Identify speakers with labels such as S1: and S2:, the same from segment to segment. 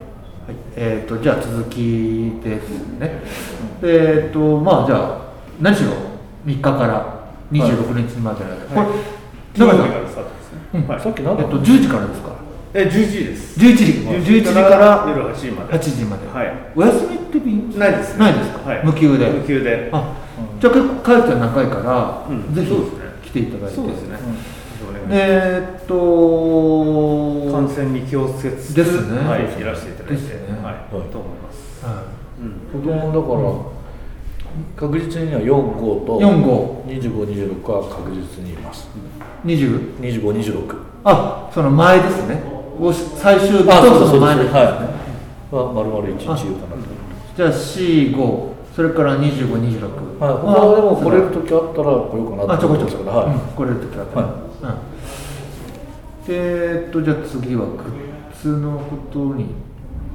S1: はい、えー、とじゃあ続きですね、えっ、とまあじゃあ何しろ3日から26日までなので、
S2: はい
S1: これ
S2: 金
S1: 中
S2: 曜
S1: 井さん、
S2: 日からスタートですね、
S1: うん
S2: はい、
S1: さっきなんだえっと10時からですか
S2: え10時です
S1: 11時11時から
S2: 夜8時ま
S1: 8
S2: で
S1: 時まで、
S2: はい
S1: お休みって便
S2: ないですね
S1: ないですか、
S2: はい
S1: 無給で
S2: 無給で
S1: あじゃあ結構帰っては長いから、
S2: うん
S1: ぜひ
S2: そうですね
S1: 来ていただいて
S2: そうですね、お願いします
S1: えーっと
S2: 感染に気をつけつつ
S1: ですね
S2: はい、いらしていただいて、
S1: ですね
S2: はい、
S3: はい
S2: と思います。
S1: はい
S2: うん、
S3: 僕もだから、確実には4号と
S1: 4号
S3: 25、26は確実にいます。
S1: 20
S3: 25、26。
S1: あその前ですねおし最終日
S3: あ、そう
S1: と
S3: そう
S1: そ
S3: そう
S1: の前
S3: は
S1: で
S3: い
S1: すね。
S3: はまるまる一日言うかなと。
S1: じゃあ45それから2526
S3: はい、他はでも来れる時あったら来ようかな
S1: あち
S3: と
S1: ょこ
S3: 思っ
S1: ち
S3: て
S1: ょ
S3: ますけど、
S1: こ、
S3: はい。
S1: うん、来れる時だったら、うん、でえーっとじゃあ次はグッズのことに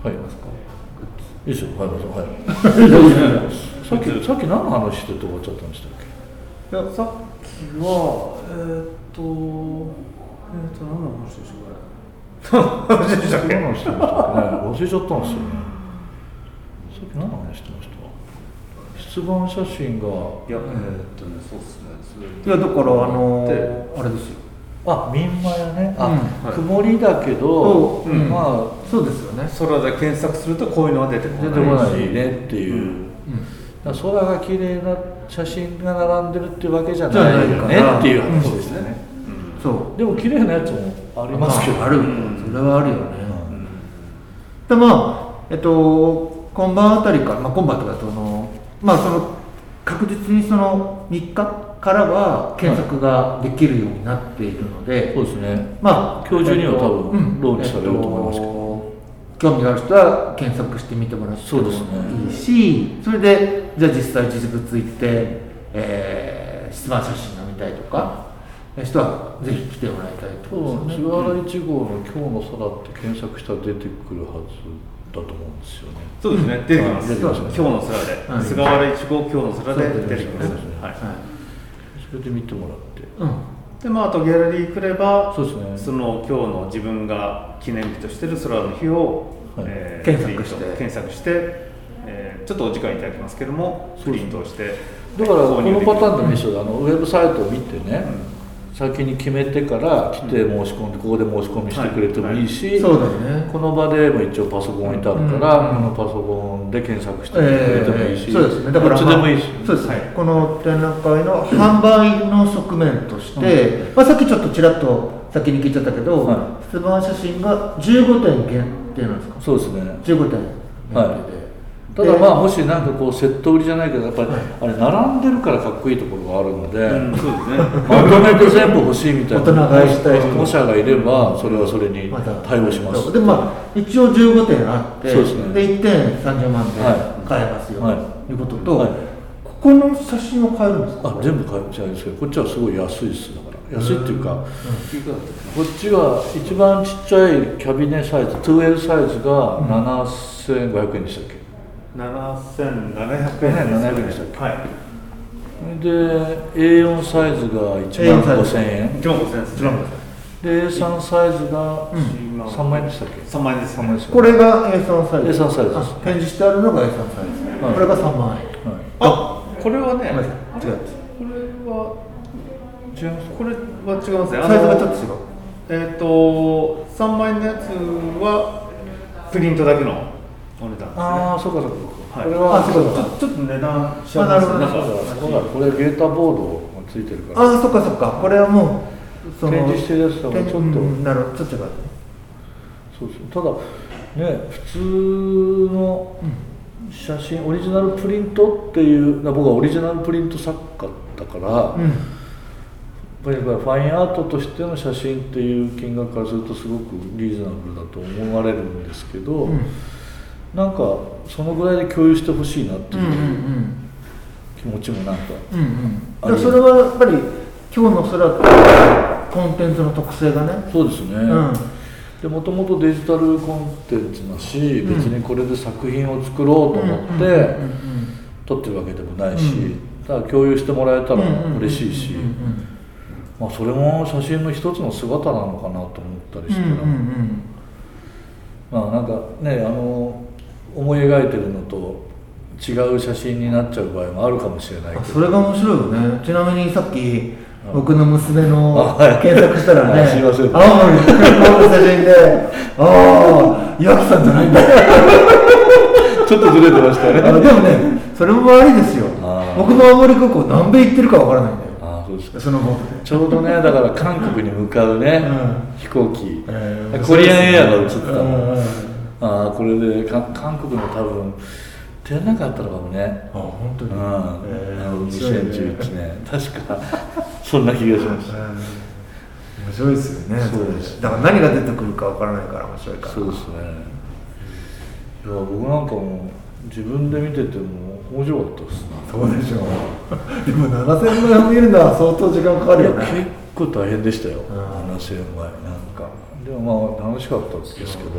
S3: はい、い
S1: ますかグッズ
S3: いですよ、はい、はい。 さっき、さっき何の話してって終わっちゃったんでしたっけ。
S1: いや
S2: さっきは、えー、っと、えー、っと、何の話でしょう、これ。何の話でしたっけ。
S3: 何の話してましたっけね、忘れちゃったんですよね。さっき何の話してました。出願写真が、
S2: いや、えー、っとね、そうですね。それ
S1: いやだからあの
S2: で
S1: ー、あれですよ
S3: あ、民間やね、あ、
S1: うん
S2: はい
S3: 曇りだけど、
S1: そううん
S3: ま
S1: そうですよね
S2: 空で検索すると、こういうのは出てこ
S3: あ、
S2: な
S3: 出
S2: い。
S3: てこないねっていう。
S1: うん
S3: だから空が綺麗な写真が並んでるってわけじゃ
S1: じゃ
S3: な
S1: ない
S3: いよね
S1: から
S3: っていう話
S2: そう
S3: で
S2: ですす
S3: ね。
S2: ね。
S1: そう
S3: でも綺麗なやつもありますけど。
S1: あ、ある、
S2: うん
S1: それはあるよね、
S2: うん、うん、
S1: でまあえっと今晩あたりから、まあ、今晩とかそのまあその確実にその3日からは検索ができるようになっているので、
S3: そうですね。
S1: まあ
S3: 今日中には多分
S1: うん
S3: ローンチされると思いますけど
S1: えっと興味がある人は検索してみてもらって
S3: そう
S1: も
S3: ですね
S1: いいしそ,、れでじゃあ実際実物行って、えー、出馬写真が見たいとか、人はぜひ来てもらいたいと
S3: そう
S1: 思います
S3: 菅原一号の「今日の空」って検索したら出てくるはずだと思うんですよね。
S2: そうですね。出てきます。
S3: 出てきます
S2: 今日の
S1: は
S2: 空
S1: い
S2: で、菅原一号、今日の空
S1: そう
S2: で
S1: ですね
S2: 出てきます。はい。
S1: はい
S3: それで見てもらって。
S1: うん
S2: でまあ、あとギャラリー来れば
S3: そうですね
S2: その今日の自分が記念日としてる空の日を、
S3: はい
S2: えー
S1: 検索して
S2: プリント検索して、えーちょっとお時間いただきますけどもプリントをして
S3: だからこのパターンで
S2: ン
S3: も一緒であのウェブサイトを見てね、先に決めてから来て申し込んで、ここで申し込みしてくれてもいいし、
S1: はいそうだね
S3: この場でも一応パソコン置いてあるから、
S1: うん
S3: このパソコンで検索してくれ
S1: え
S3: てもいいし、
S1: ーそうですねだから、
S3: どっちでもいいし、
S1: そうですね、
S2: はい
S1: この展覧会の販売の側面として、まあ、さっきちょっとちらっと先に聞いちゃったけど、
S3: は
S1: 出版写真が15点限定なんですか
S3: そうですね
S1: 15点限定で、
S3: はいただ
S1: で
S3: まあもしなんかこうセット売りじゃないけどやっぱりあれ並んでるからかっこいいところがあるので、
S2: うん、そうですね
S3: まとめて全部欲しいみたいな
S1: 大人買いしたい人
S3: 模写がいればそれはそれに対応します
S1: でまあ一応15点あって
S3: そうですね
S1: 1点30万で
S3: はい
S1: 買えますよ、
S3: は
S1: ということと、
S3: はい
S1: ここの写真を買えるんですか
S3: あ全部買っちゃうんですけどこっちはすごい安いですだから安いっていうかこっちは一番ちっちゃいキャビネサイズ 2L サイズが7500円でしたっけ、
S2: 7700円
S3: 7700円でしたっけ
S2: はい
S3: で A4 サイズが1
S1: A4 サ
S3: 万
S1: イズ
S3: 5000円
S2: 1万5000円です1万
S3: で A3 サイズが
S2: 5000円
S3: 3万円でしたっけ、
S2: 3万円です
S3: 三万円です
S1: これが A3 サイズ
S3: A3 サイズです
S1: あ展示してあるのが A3 サイズ、
S3: はい
S1: これが3万円
S3: はい
S2: あこれはね
S1: ごめんなさい違う
S2: これは
S3: 違います
S2: これは違うんですねあの
S1: サイズがちょっと違う
S2: えっ、と3万円のやつはプリントだけのお値段ですね
S3: ああそうかそうか、
S2: はい
S3: これは
S1: あそうかそうか
S2: ちょっと値段しち
S1: あ
S2: ゃ
S1: なる
S2: う
S1: ほど
S2: なん
S3: そう
S2: か
S3: だそうだこれゲータボードがついてるから
S1: ああそっかそっかこれはもうその
S3: 展示してるやつだからちょっと
S1: うんなるほどちょっと違う
S3: そうそうただね普通の写真オリジナルプリントっていう僕はオリジナルプリント作家だから、やっ
S1: うん
S3: ぱりファインアートとしての写真っていう金額からするとすごくリーズナブルだと思われるんですけど、
S1: うん
S3: なんかそのぐらいで共有してほしいなって
S1: うんうん
S3: いう気持ちもなんか、
S1: うんうん
S3: あ
S1: うん
S3: る
S1: でそれはやっぱり今日の空ってコンテンツの特性がね
S3: そうですね、
S1: うん
S3: でもともとデジタルコンテンツだし、別にこれで作品を作ろうと思って、
S1: うん
S3: 撮ってるわけでもないし、
S1: うん
S3: ただ共有してもらえた
S1: うんうんうんうん
S3: ら嬉しいし、
S1: うんうん
S3: まあ、それも写真の一つの姿なのかなと思ったりして、
S1: うんうんうん
S3: まあなんかねあの思い描いてるのと違う写真になっちゃう場合もあるかもしれないけど
S1: それが面白いよねちなみにさっき
S3: うん
S1: 僕の娘の
S3: あはい
S1: 検索したらね
S3: あすいませ
S1: 青
S3: ん
S1: 森の写真でああ岩木さんじゃないんだ
S3: ちょっとずれてました
S1: あ
S3: ね
S1: のでもねそれもありですよ
S3: あー
S1: 僕も青森空港南米行ってるかわからないんだよ
S3: ああそうですか
S1: そのボートで
S3: ちょうどねだから韓国に向かうね、
S1: う
S3: 飛行機、
S1: えー
S3: コリアンエアが映ったの、
S1: うんうん
S3: ああこれでか韓国の多分展覧会あったのかもね
S1: あ本当
S3: うん、
S1: に、えー
S3: あの
S1: 面白いね
S3: 2011年確かそんな気がします
S1: うん面白いですよね
S3: そうです
S1: だから何が出てくるかわからないから面白いから
S3: そうですねいや僕なんかもう自分で見てても面白かったですね
S1: そうでしょうでも7000枚を見るのは相当時間かかるよ
S3: いや
S1: ね
S3: 結構大変でしたよ、
S1: うん
S3: 7000枚なんかでもまあ楽しかったですけど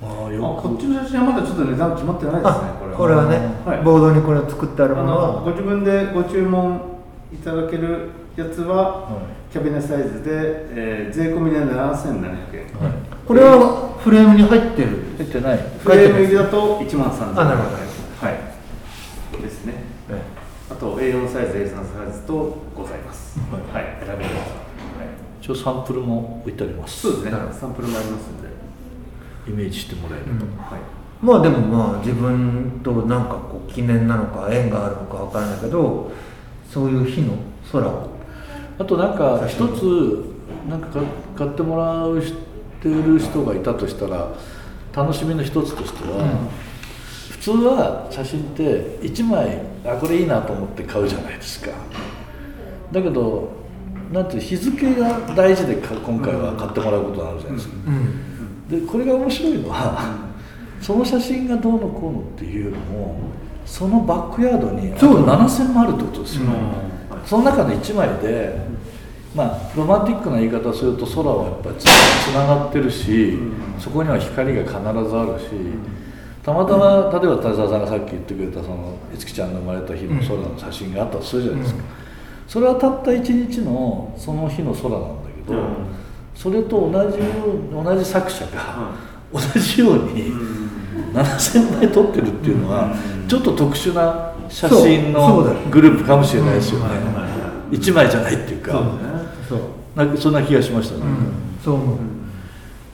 S3: まあ
S2: あ
S3: よく
S2: こっちの写真はまだちょっと値段決まってないですね
S1: あ
S2: これは
S1: これはね、
S2: はい
S1: ボードにこれを作ってあ
S2: あ
S1: るもの
S2: のご
S1: は
S2: 自分でご注文いただけるやつは、
S3: は
S2: キャビネサイズで、えー税込みで7700円、
S3: はい
S1: これはフレームに入ってる
S3: 入ってない
S2: フレーム入りだと1万3000円
S1: あなるほど
S2: はいですね
S1: ね
S2: あと A4 サイズ A3 サイズとございますはい、選べるやつはい
S3: 一応サンプルも置いてあります
S2: そうですね
S1: なるほど
S2: サンプルもありますんで、
S3: イメージしてもらえると、
S2: はい
S1: まあでもまあ自分となんかこう記念なのか縁があるのかわからないけどそういう日の空を
S3: あとなんか一つなんか買ってもらうしてる人がいたとしたら楽しみの一つとしては、普通は写真って1枚あこれいいなと思って買うじゃないですかだけどなんていう日付が大事でか今回は買ってもらうことになるじゃないですか、
S1: うん
S3: でこれが面白いのは、その写真がどうのこうのっていうよりもそのバックヤードにあと
S1: そう
S3: 7000もあるってことですよ、
S2: う
S3: ね
S2: ん
S3: その中の1枚で、まあ、ロマンティックな言い方をすると空はやっぱりつつながってるし、
S2: うん
S3: そこには光が必ずあるし、たまたま例えば谷沢さんがさっき言ってくれたその五木ちゃんの生まれた日の空の写真があったとするじゃないですか、
S1: うん
S3: それはたった1日のその日の空なんだけど、
S2: うん
S3: それと同じよう同じ作者が同じように7000枚撮ってるっていうのは
S2: うん
S3: ちょっと特殊な写真
S1: そうそう
S3: の
S1: だよ
S3: グループかもしれないですよね
S2: はいは
S3: 1枚じゃないっていうか
S2: そうですね
S1: そう、
S3: なんかそんな気がしました
S1: う
S3: ね
S1: ん、そう思う、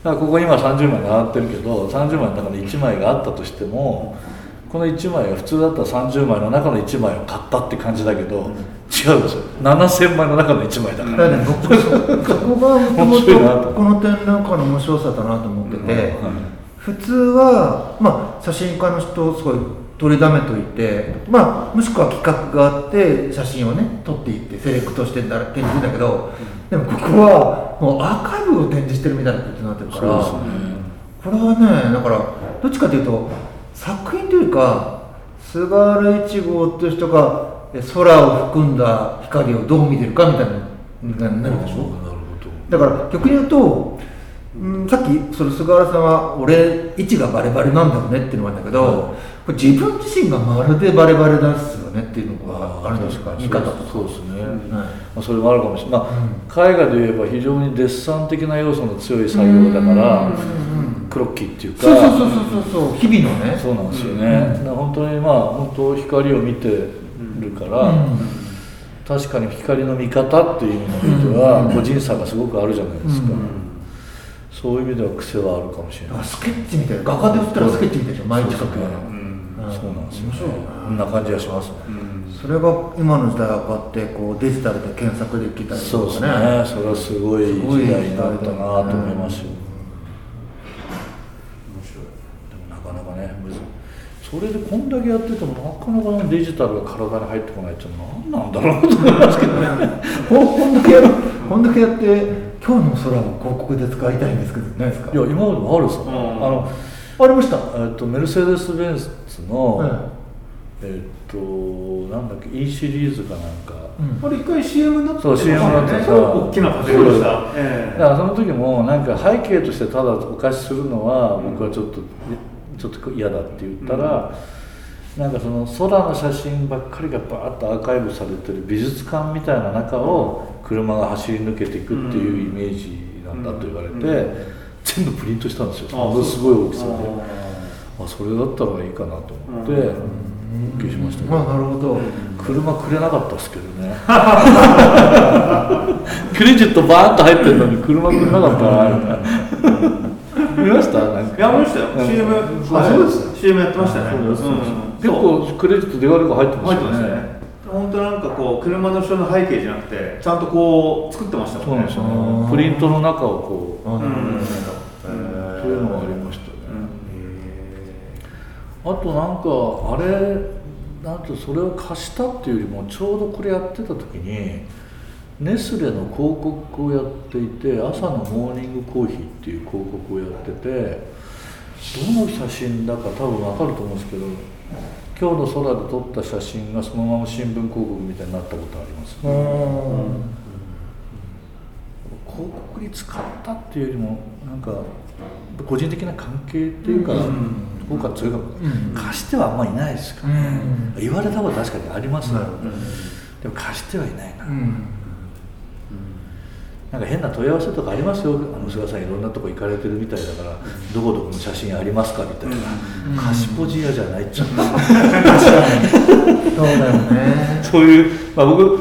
S3: だからここ今30枚並ってるけど30枚の中に1枚があったとしてもこの1枚は普通だったら30枚の中の1枚を買ったって感じだけど違うんですよ7000枚の中の1枚だか
S1: だ
S3: ら
S1: からね僕そこがも
S3: 面白いなと
S1: とこの展覧会の面白さだなと思ってて、
S3: うんはい
S1: 普通は、まあ、写真家の人をすごい取りだめといて、まあ、もしくは企画があって写真をね撮っていってセレクトしてだ展示するんだけど、でもここはもうアーカイブを展示してるみたいなことになってるから
S3: そうですね
S1: これはねだからどっちかというと作品というか菅原一号という人がえ空を含んだ光をどう見てるかみたいなになるでしょ、
S3: なるほど
S1: だから逆に言うと、うん、さっきその菅原さんは俺位置がバレバレなんだよねっていうのがあるんだけど、これ自分自身がまるでバレバレなんですよねっていうのがあるんですか見方とか
S3: そうですね、
S1: はい
S3: まあ、それもあるかもしれない、まあ絵画で言えば非常にデッサン的な要素の強い作業だから
S1: うんうんうん
S3: クロッキーっていうか
S1: そうそうそうそうそう日々のね
S3: そうなんですよね、だから本当にまあ本当光を見てるから、
S1: うん
S3: 確かに光の見方っていう意味においては個人差がすごくあるじゃないですか、
S1: うん
S3: そういう意味では癖はあるかもしれ
S1: だ
S3: な
S1: か
S3: い
S1: らスケッチみたいな画家で売ったらスケッチみたいじゃん毎日描くような
S3: そう
S2: うん
S1: うん
S3: そうなんですよ、ね
S1: 面白いね、
S3: こんな感じがしますね、
S2: うん
S1: それが今の時代はこうやってこうデジタルで検索できたり
S3: そ
S1: と
S3: うです
S1: か
S3: ね
S1: ね
S3: それはすごい
S1: すごい
S3: 時代になったなと思いますよ、
S2: 面白い
S3: でもなかなかねむずそれでこんだけやっててもなかなかデジタルが体に入ってこないって何なんだろうと思いますけどね
S1: ここんだけやるこんだけやって今日の空を広告で使いたいんですけどないですか
S3: いや今までもあるさ、
S2: うん
S3: あの
S1: ありました
S3: えっとメルセデス・ベンツの、
S1: うん
S3: えっとなんだっけ E シリーズかなんか、
S1: うん
S2: これ一回 CM になって
S3: そう CM になって
S2: た
S3: た
S2: ね大きなパネルでしたええ
S3: だからその時もなんか背景としてただお貸しするのは
S2: うん
S3: 僕はちょっと、ちょっと嫌だって言ったら、なんかその空の写真ばっかりがバーッとアーカイブされてる美術館みたいな中を車が走り抜けていくっていうイメージなんだと言われて、
S2: うんうん
S3: 全部プリントしたんですよ
S2: あ
S3: ものすごい大きさで
S2: あ
S3: あそれだったらいいかなと思って、
S2: うん
S3: うん、OK しましたけど、
S1: あなるほど、
S3: 車くれなかったですけど ねクレジットバーンと入ってるのに車くれなかったなみたいな見ましたなん
S2: ー
S3: か
S2: いや、見ましたよ
S3: うん。
S2: CM、
S3: あそうです
S2: はい CM やってましたね。
S3: そうです
S2: ん
S3: 結構クレジットでかでか入ってま
S2: 入っ
S3: してた
S2: ま
S3: ね
S2: したね。本当なんかこう車の後ろの背景じゃなくて、ちゃんとこう作ってました
S3: そう
S2: もん
S3: なん
S2: ね。
S3: です
S2: う
S3: よねプリントの中をこう
S1: あなるほど
S2: ん
S3: そういうのがありましたね、
S2: うん
S3: あとなんかあれなんてそれを貸したっていうよりもちょうどこれやってた時にネスレの広告をやっていて朝のモーニングコーヒーっていう広告をやっててどの写真だか多分わかると思うんですけど今日の空で撮った写真がそのまま新聞広告みたいになったことありますね、
S1: うん
S3: 広告に使ったっていうよりもなんか個人的な関係っていうか、僕はそれが、
S1: ん
S3: 貸してはあんまいないですから、ね言われたことは確かにありますね、
S1: なるほ
S3: でも貸してはいないな、
S1: うん
S3: なんか変な問い合わせとかありますよあの菅さんいろんなとこ行かれてるみたいだから、どこどこの写真ありますかみたいな、貸しポジ屋じゃないっちゃう、
S1: そうだよね
S3: そういう、まあ、僕、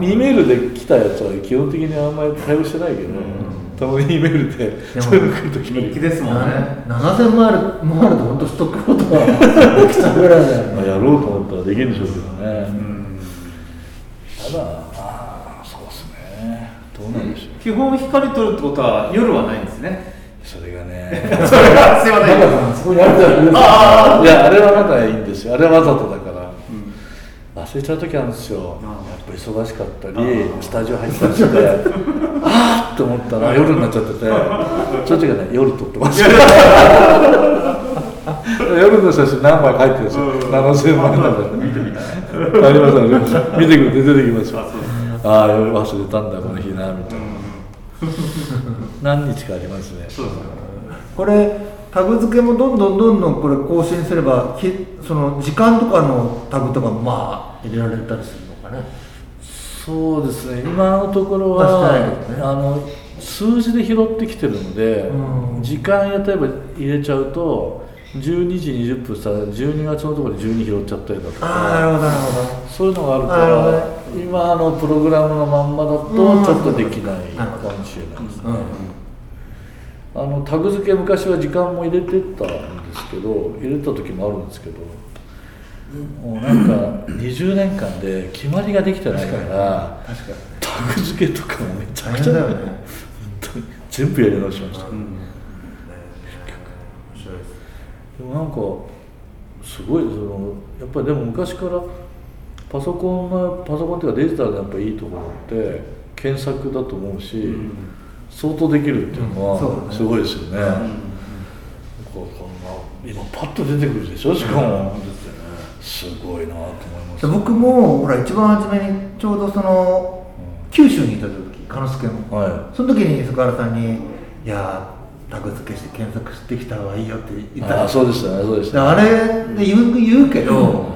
S3: E メールで来たやつは基本的にあんまり対応してないけど、たまに E メール
S1: で
S3: で、
S1: も
S3: そういうの来るときに
S2: 人気ですもんね。
S1: 7000もあるもあると本当ストックフォトは起きちゃうぐらいだよ
S3: まあ、
S1: ね
S3: やろうと思ったらできるんでしょうけどね、
S2: うん
S3: ただまあそうですねどうなんでしょう、
S2: 基本光撮るってことは夜はないんですね。
S3: それが
S2: そ
S3: ね
S2: れがすいません。
S1: そこにあるじゃん
S3: いやあれはなんかいいんですよあれはわざとだから、忘れちゃう時あるんですよや
S2: ああ
S3: っぱ忙しかったり
S2: ああ
S3: スタジオ入ったりしてああって思ったら夜になっちゃっててそういう時はね夜撮ってます夜の写真何枚入ってるんですよ、7000枚だから見てみたいありますあります見てくると出てきますよ
S2: あそう
S3: ああ夜忘れたんだこの日なみたいな、何日かありますね
S2: そうですね。
S1: これタグ付けもどんどんどんどんこれ更新すればきその時間とかのタグとかもまあ入れられたりするのかね
S3: そうですね今のところ
S1: 出
S3: は、
S1: してないけどね
S3: あの数字で拾ってきてるので、
S1: うん
S3: 時間例えば入れちゃうと12時20分したら12月のところで12拾っちゃったりだと
S1: ああな
S3: か
S1: るほどなるほど
S3: そういうのがある
S1: なるほ
S3: から今あのプログラムのまんまだ
S1: うん
S3: とちょっとできない
S1: なる
S3: か
S1: ほど
S3: もしれないですね、
S1: うん
S3: あのタグ付け昔は時間も入れてたんですけど入れた時もあるんですけどもうなんか20年間で決まりができてないから
S1: 確かに
S3: タグ付けとかもめちゃ
S1: 大
S3: くち
S1: 変
S3: ゃ
S1: だよね
S3: 本当に全部やり直しました、
S2: うん
S1: 面白いです
S3: でもなんかすごいそのやっぱりでも昔からパソコンのパソコンっていうかデジタルのやっぱいいところって検索だと思うし、相当できるっていうの
S1: うんそうだ
S3: は
S1: ね
S3: すごいですよね、こうこんな今パッと出てくるでしょしかも、すごいなと思います
S1: で僕もほら一番初めにちょうどその九州にいた時鹿之助も
S3: は
S1: その時に菅原さんに「いやータグ付けして検索してきた方がいいよ」って
S3: い
S1: 言った
S3: あ
S1: ら
S3: あそうでしたねそうでし
S1: で
S3: た
S1: あ
S3: ね
S1: れで言う言うけど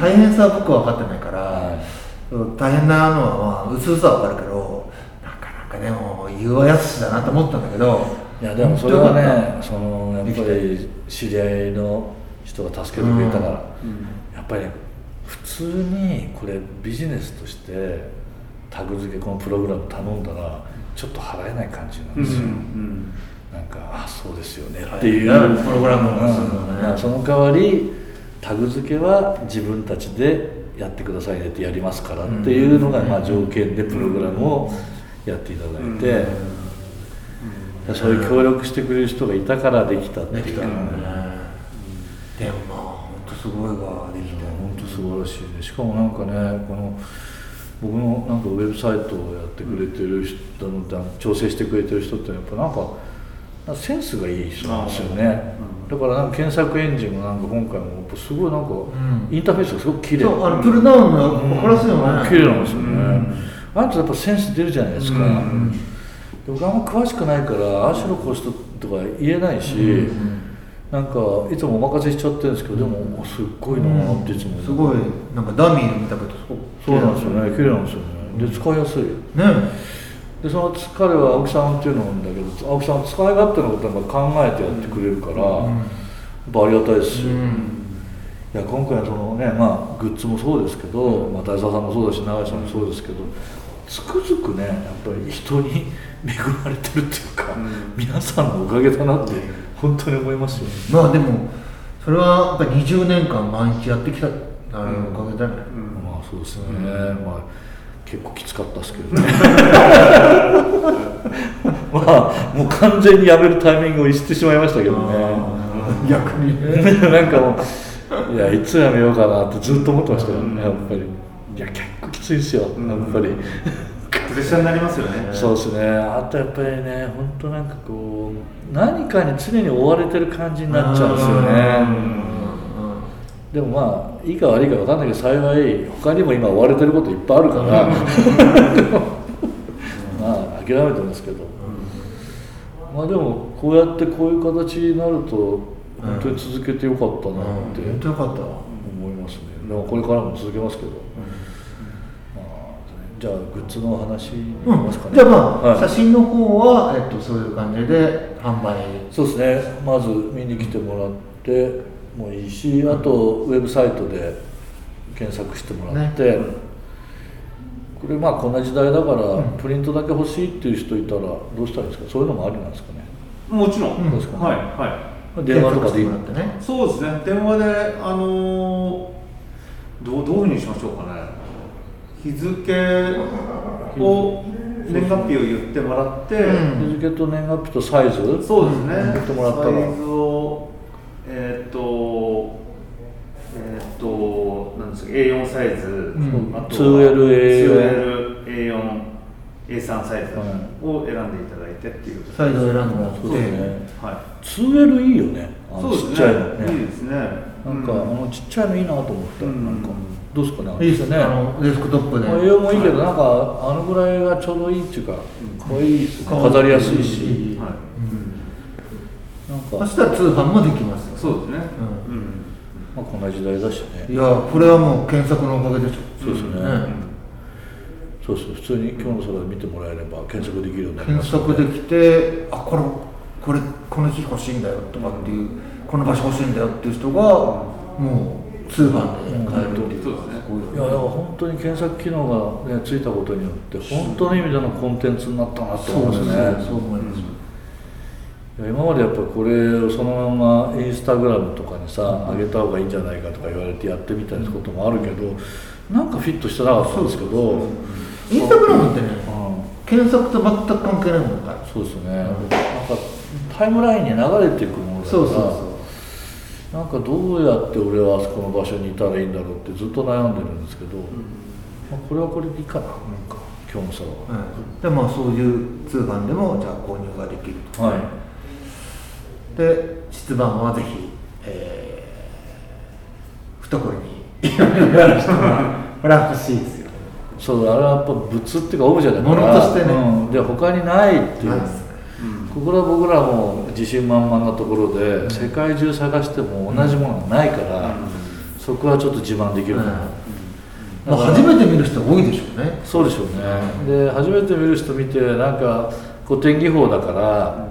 S1: 大変さは僕は分かってないから、
S3: は
S1: うん大変なのはまあうすうすは分かるけどなかなかねもう言うはやすしだなと思ったんだけど
S3: いやでもそれは
S1: 本当よか
S3: ね
S1: っ
S3: そのやっぱり知り合いの人が助けてくれたから、やっぱり普通にこれビジネスとしてタグ付けこのプログラム頼んだらちょっと払えない感じなん
S2: うんう
S3: ですよ、
S2: ん
S3: なんかあそうですよねっていう、
S1: はいプログラムをするのね
S3: うんその代わりタグ付けは自分たちでやってくださいねってやりますからっていうのがまあ条件でプログラムをやっていただいて、そういう協力してくれる人がいたからできたって
S1: で
S3: い
S1: き
S3: う
S1: た
S3: か、
S1: よね、
S3: うん
S1: でもまあ本当すごいわできたよ
S3: 本当素晴らしいねしかもなんかねこの僕のなんかウェブサイトをやってくれてる人のだ調整してくれてる人ってやっぱなんかなんかセンスがいい人なんですよね、だからなんか検索エンジンもなんか今回もやっぱすごいなんか、
S1: ん
S3: インターフェースがすごく綺麗
S1: そうあのプルダウンの
S3: うん
S1: 怒らせるよね
S3: 綺麗なんですよね、あんたやっぱセンス出るじゃないですか、で僕あんま詳しくないからああしろこうしととか言えないし、なんかいつもお任せしちゃってるんですけど、でもおすっごいなっていつも、
S1: すごいなんかダミー見たけどすごく
S3: そうなんですよね綺麗なんですよねで使いやすい
S1: ね
S3: でその彼は青木さんっていうのをだけど青木さんは使い勝手なことなんか考えてやってくれるか
S1: う
S3: ら、や
S1: ん
S3: っぱありがたいですよ、
S1: うん
S3: いや今回はそのねまあグッズもそうですけど、まあ、大沢さんもそうだし永井さんもそうですけどつくづくねやっぱり人に恵まれてるっていうか、
S2: うん
S3: 皆さんのおかげだなって本当に思いますよね
S1: まあでもそれはやっぱ20年間毎日やってきたあれのおかげだね、
S2: うん
S3: まあそうですね、まあ結構きつかったですけどね まあもう完全にやめるタイミングを逸してしまいましたけどね
S1: うん逆に
S3: なんかもういやいつやめようかなってずっと思ってましたよね、
S2: うん
S3: やっぱりいや結構きついですよやっ
S2: うん
S3: ぱり、
S2: プレッシャーになりますよね
S3: そうですねあとやっぱりね本当なんかこう何かに常に追われてる感じになっちゃうんですよねでもまあいいか悪いか分かんないけど幸い他にも今追われてることいっぱいあるから まあ諦めてますけどまあでもこうやってこういう形になると本当に続けてよかったなって
S1: 本当よかったわ
S3: 思いますねでもこれからも続けますけど、まあじゃあグッズの話になりますかね、
S1: じゃあまあ、
S3: はい
S1: 写真の方は、えっと、そういう感じで販売
S3: そうですねまず見に来てもらってもいいしあとウェブサイトで検索してもらって、これまあこんな時代だから、
S1: うん
S3: プリントだけ欲しいっていう人いたらどうしたらいいですかそういうのもありなんですかね
S2: もちろん、
S1: うん
S2: はいは
S3: 電話とかで
S1: 検索して
S3: いい
S1: もらってね
S2: いそうですね電話であのーどうどういうふうにしましょうかね日付を年月日を言ってもらって、
S1: うん
S3: 日付と年月日とサイズ
S2: そうですね。
S3: 言ってもらったら
S2: サイズをえーっ、とえーっ、となんですか A4 サイズ、
S1: ん
S2: あと
S3: 2L
S2: 2L A4A3 サイズ
S3: はい
S2: を選んでいただいてっていう。
S1: サイズを選んでもらって
S3: そうですね
S2: は
S3: 2L いいよねあ
S2: い。
S3: の
S2: そうです
S3: ち
S2: ね。
S3: っちゃいのね
S2: いいですね。
S3: なんか、
S2: う
S3: あのちっちゃいのいいなと思ったら、
S2: うん
S3: なんかどうですかね
S1: いいですねあのデスクトップで
S3: まあ栄養もいいけど、なんかあのぐらいがちょうどいいっていうか、可愛いですね
S1: うん
S3: 飾りやすいし、
S2: はい
S3: なんか、
S1: そ
S3: ま
S1: したら通販もできますよ
S2: そうですね。
S1: う
S2: うん。
S3: あ、こんな時代だし
S1: い
S3: ね、
S1: やこれはもう検索のおかげでしょ
S3: そうですね
S1: ん
S3: そうそう、普通に今日の空で見てもらえれば検索できるようになりま
S1: 検
S3: すの
S1: 索
S3: で、
S1: できてあこれこれこの日欲しいんだよとかっていうこの場所欲しいんだよっていう人がもう通販で買えるっていう
S2: そうですね
S1: こう
S3: い
S1: い
S3: や、だから
S1: う
S3: 本当に検索機能が、ね、ついたことによって、本当の意味でのコンテンツになったなと
S1: そう
S3: 思
S1: で
S3: い
S1: す
S3: ま
S1: ね
S3: すね。
S1: そう思います、
S3: いや今までやっぱこれをそのままインスタグラムとかにさ上げた方がいいんじゃないかとか言われてやってみたりすることもあるけどなんかフィットしてなかったんですけどうん
S1: インスタグラムってね検索と全く関係ないものから
S3: そうですねなんかタイムラインに流れていくものだか
S1: そう
S3: ら
S1: そう
S3: なんかどうやって俺はあそこの場所にいたらいいんだろうってずっと悩んでるんですけど、まあ、これはこれでいいかななんか今日の差
S1: そう、うん、でまあそういう通販でもじゃあ購入ができると
S3: は、はい、
S1: で出版はぜひ、えー、懐 にいろいろやる人がこれは欲しいですよ
S3: そうあれはやっぱ物っていうかオブジェだから
S1: 物としてね
S3: うんで他にないっていう、
S1: ないですね
S3: ここら僕らも自信満々なところで、世界中探しても同じものがないから、そこはちょっと自慢できるかな、
S1: まあ、初めて見る人多いでしょうね
S3: そうでしょうね、で初めて見る人見てなんか古典技法だから、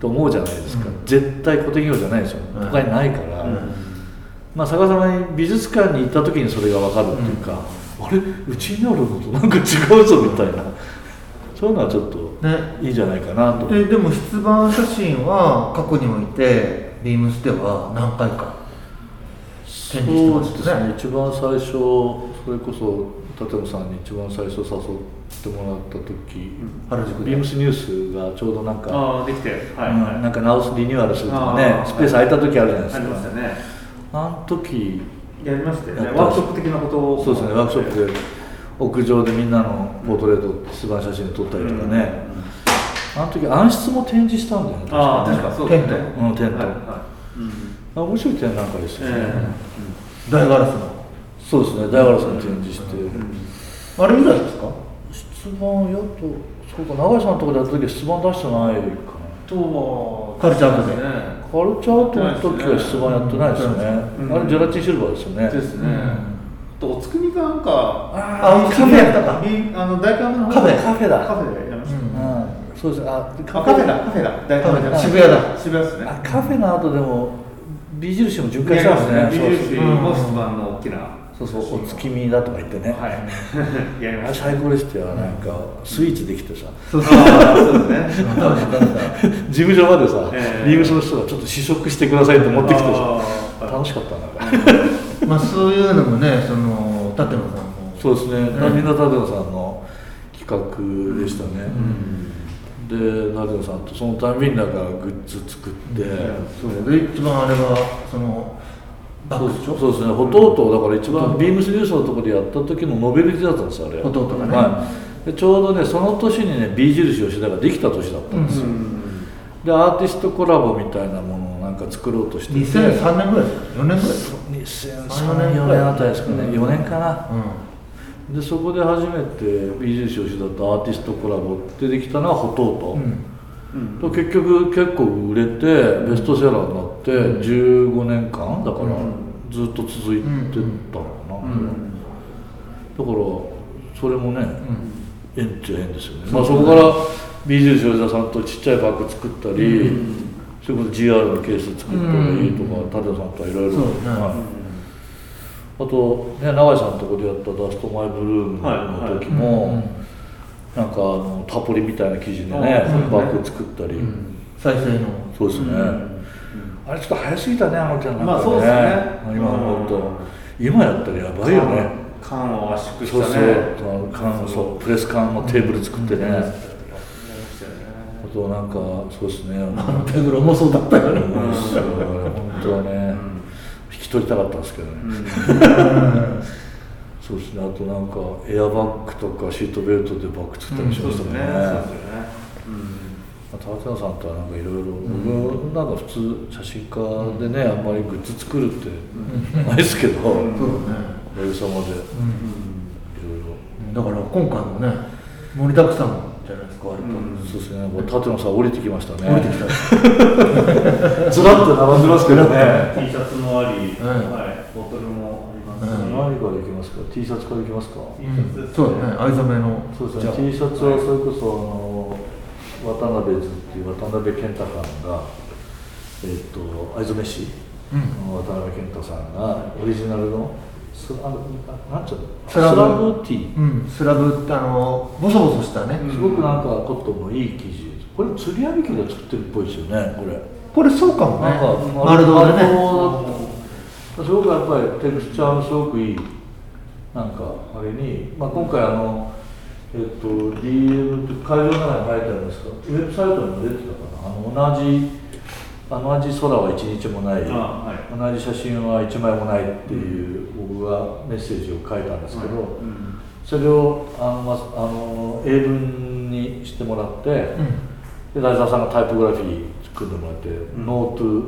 S3: と思うじゃないですか、絶対古典技法じゃないですよ、
S1: うん
S3: 他にないから、まあ逆さまに美術館に行った時にそれが分かるっていうか、あれうちにあるのとなんか違うぞみたいなそういうのはちょっと
S1: ね
S3: いいんじゃないかなと、
S1: ででも出版写真は過去にもいてビームスでは何回か
S3: そ
S1: 展示してま
S3: う
S1: し
S3: で
S1: た
S3: す
S1: ね
S3: ね一番最初それこそ立野さんに一番最初誘ってもらった時、
S1: 原宿
S3: ビー
S1: で
S3: ムスニュースがちょうどなんか
S2: ああできて、はい
S3: うんな
S2: は
S3: んか直すリニューアルするとか
S2: あ
S3: ね
S2: ー
S3: スペース空いた時あるじゃない
S2: い。
S3: で
S2: あ
S3: す
S2: り
S3: か
S2: ましたね。
S3: あの時
S2: やりましたよね。
S3: やった
S2: ワークショップ的なことを。
S3: そうですねワークショップで屋上でみんなのポートレート出版写真撮ったりとかね、あの時暗室も展示したんだよね
S2: ああ
S3: ね
S2: 確かそうですね
S1: テン。
S3: トうんテント
S2: はいはいうん
S3: あ面白い展覧会ですよね、
S2: え
S1: 大ガラスの
S3: そうですね大原さん展示して、
S1: あれ以来です か
S3: 出版やっとそうか永井さんのとこでやった時は出版出してないか
S2: えと
S1: カルチャー部で
S2: ね。
S3: なカルチャートの時は出版やってないですよね、
S2: うん
S3: あれジェラチンシルバーですよね、
S2: ですね。あとおつくみかなんか。
S1: あおつくみやったか
S2: あの大観の方
S1: カフェ
S3: カフェだ
S2: カフェでやりまし
S1: う
S2: たね。
S1: ん
S3: うんそうですあで
S2: あカフェだカフェだ大体
S1: 渋谷だ
S2: 渋谷ですね
S3: あカフェの後でも B 印も巡回したん
S2: や
S3: で
S2: り
S3: す
S2: ま
S3: ね
S2: したね美術も一晩の大きな
S3: そうそうそうお月見だとか言ってね、
S2: はい やり
S3: あ
S2: ま
S3: れ
S2: し
S3: 最高でしたよなんかスイーツできてさ
S1: そうそう
S2: たあーそうですね
S1: 楽しかった
S3: 事務所までさ、
S2: ええ
S3: リーグスの人がちょっと試食してくださいって持ってきてさ
S2: あー
S3: 楽しかったな
S1: まあそういうのもねその舘野さんも
S3: そうですね、
S1: うん
S3: みんな舘野さんの企画でしたね、で舘野さんとそのたんびになんかグッズ作って、
S1: そうで一番あれはそのバ
S3: そう
S1: ックでしょ
S3: そうですね、ほとうとう、だから一番ビームスニュースのところでやった時のノベルティだったんですよ、あれ。
S1: ほとうとうがね
S3: はい、でちょうどね、その年にね、B 印吉田ができた年だったんですよ。
S2: うん
S3: で、アーティストコラボみたいなものをなんか作ろうとしてて、
S1: 2003年ぐらいですか4年ぐらいですか
S3: 2003年、4年あたりですかね、4年かな。で、そこで初めて B 印吉田とアーティストコラボってできたのはほとうとう。
S1: うん、うん、
S2: うん
S3: と結局結構売れてベストセラーになって15年間だか
S2: う
S3: ら
S2: ん
S3: ずっと続いてたのかな、
S2: うん
S3: だからそれもね、縁っちゃ縁ですよね、まあ、そこから b 印吉田さんとちっちゃいバッグ作ったり、
S2: うん
S3: それこそ GR のケース作ったり
S1: うん
S3: とか舘、さんとかいろいろ
S1: そうね
S3: あと、ね、永井さんのとこでやった「ダストマイブルーム」の時も、
S1: はいはい
S3: なんかあのタポリみたいな生地でね、
S2: あ
S1: ー
S3: バッグ作ったり、
S1: うん、再生の
S3: そうです
S2: う
S3: ね、
S2: ん
S3: あれちょっと早すぎたねあのキャラなんかね、
S2: まあそうですね
S3: 今思うと今やったらやばいよね
S2: 缶を圧縮
S3: そう
S2: し
S3: そう
S2: たね
S3: その缶そうプレス缶のテーブル作ってね、あとなんかそう ですね
S1: あの手黒もそうだったよね
S3: うんそう本当はね、引き取りたかったんですけどね、そうですねあとなんかエアバッグとかシートベルトでバッグ作ったりし
S2: そう
S3: ま
S2: で
S3: し
S2: す
S3: た
S2: ね
S3: もんね、
S2: そうですね
S3: 高野さんとはなんかいろいろ僕なんか普通写真家でねあんまりグッズ作るってないですけどお
S1: そうだね、
S3: かげさまでいろ
S1: うん、
S3: い
S1: だから今回もね盛りだくさんじゃないですか割と、
S2: うん
S3: ろそうですねもう舘野さん降りてきましたね
S1: 降りてきた
S3: ずらっと並んでますけどね
S2: T シャツもあり、
S1: うん
S2: はい、ボトルもあります、
S1: うん
S3: 何ができますか T シャツからできますか
S2: T シャツ
S1: うん
S2: です
S1: そうだね藍染めの
S3: そうです
S1: じゃ
S3: ね
S1: あ
S3: T シャツはそれこそあの渡辺図っていう渡辺健太さんがえっと藍染め師
S1: うん
S3: 渡辺健太さんがオリジナルのスラあなんちゅうの
S1: スラブ
S3: ティー、
S1: うん、スラブってあのボソボソしたね、
S2: うん
S3: すごくなんかコットンのいい生地これ釣り上げ機で作ってるっぽいですよねこれ
S1: これそうかもね
S3: なんか
S1: 丸胴でね
S3: 丸胴だったすごくやっぱりテクスチャーもすごくいいなんかあれに、まあ、今回あのえっと DM って会場の中に書いてあるんですけどウェブサイトにも出てたかなあの同じ同じ空は一日もない
S2: あは
S3: 同じ写真は一枚もないっていう僕がメッセージを書いたんですけど、
S2: うん
S3: それをあの、まあの英文にしてもらって、で大沢さんがタイポグラフィー組んでもらって「
S2: ん
S3: ノートゥ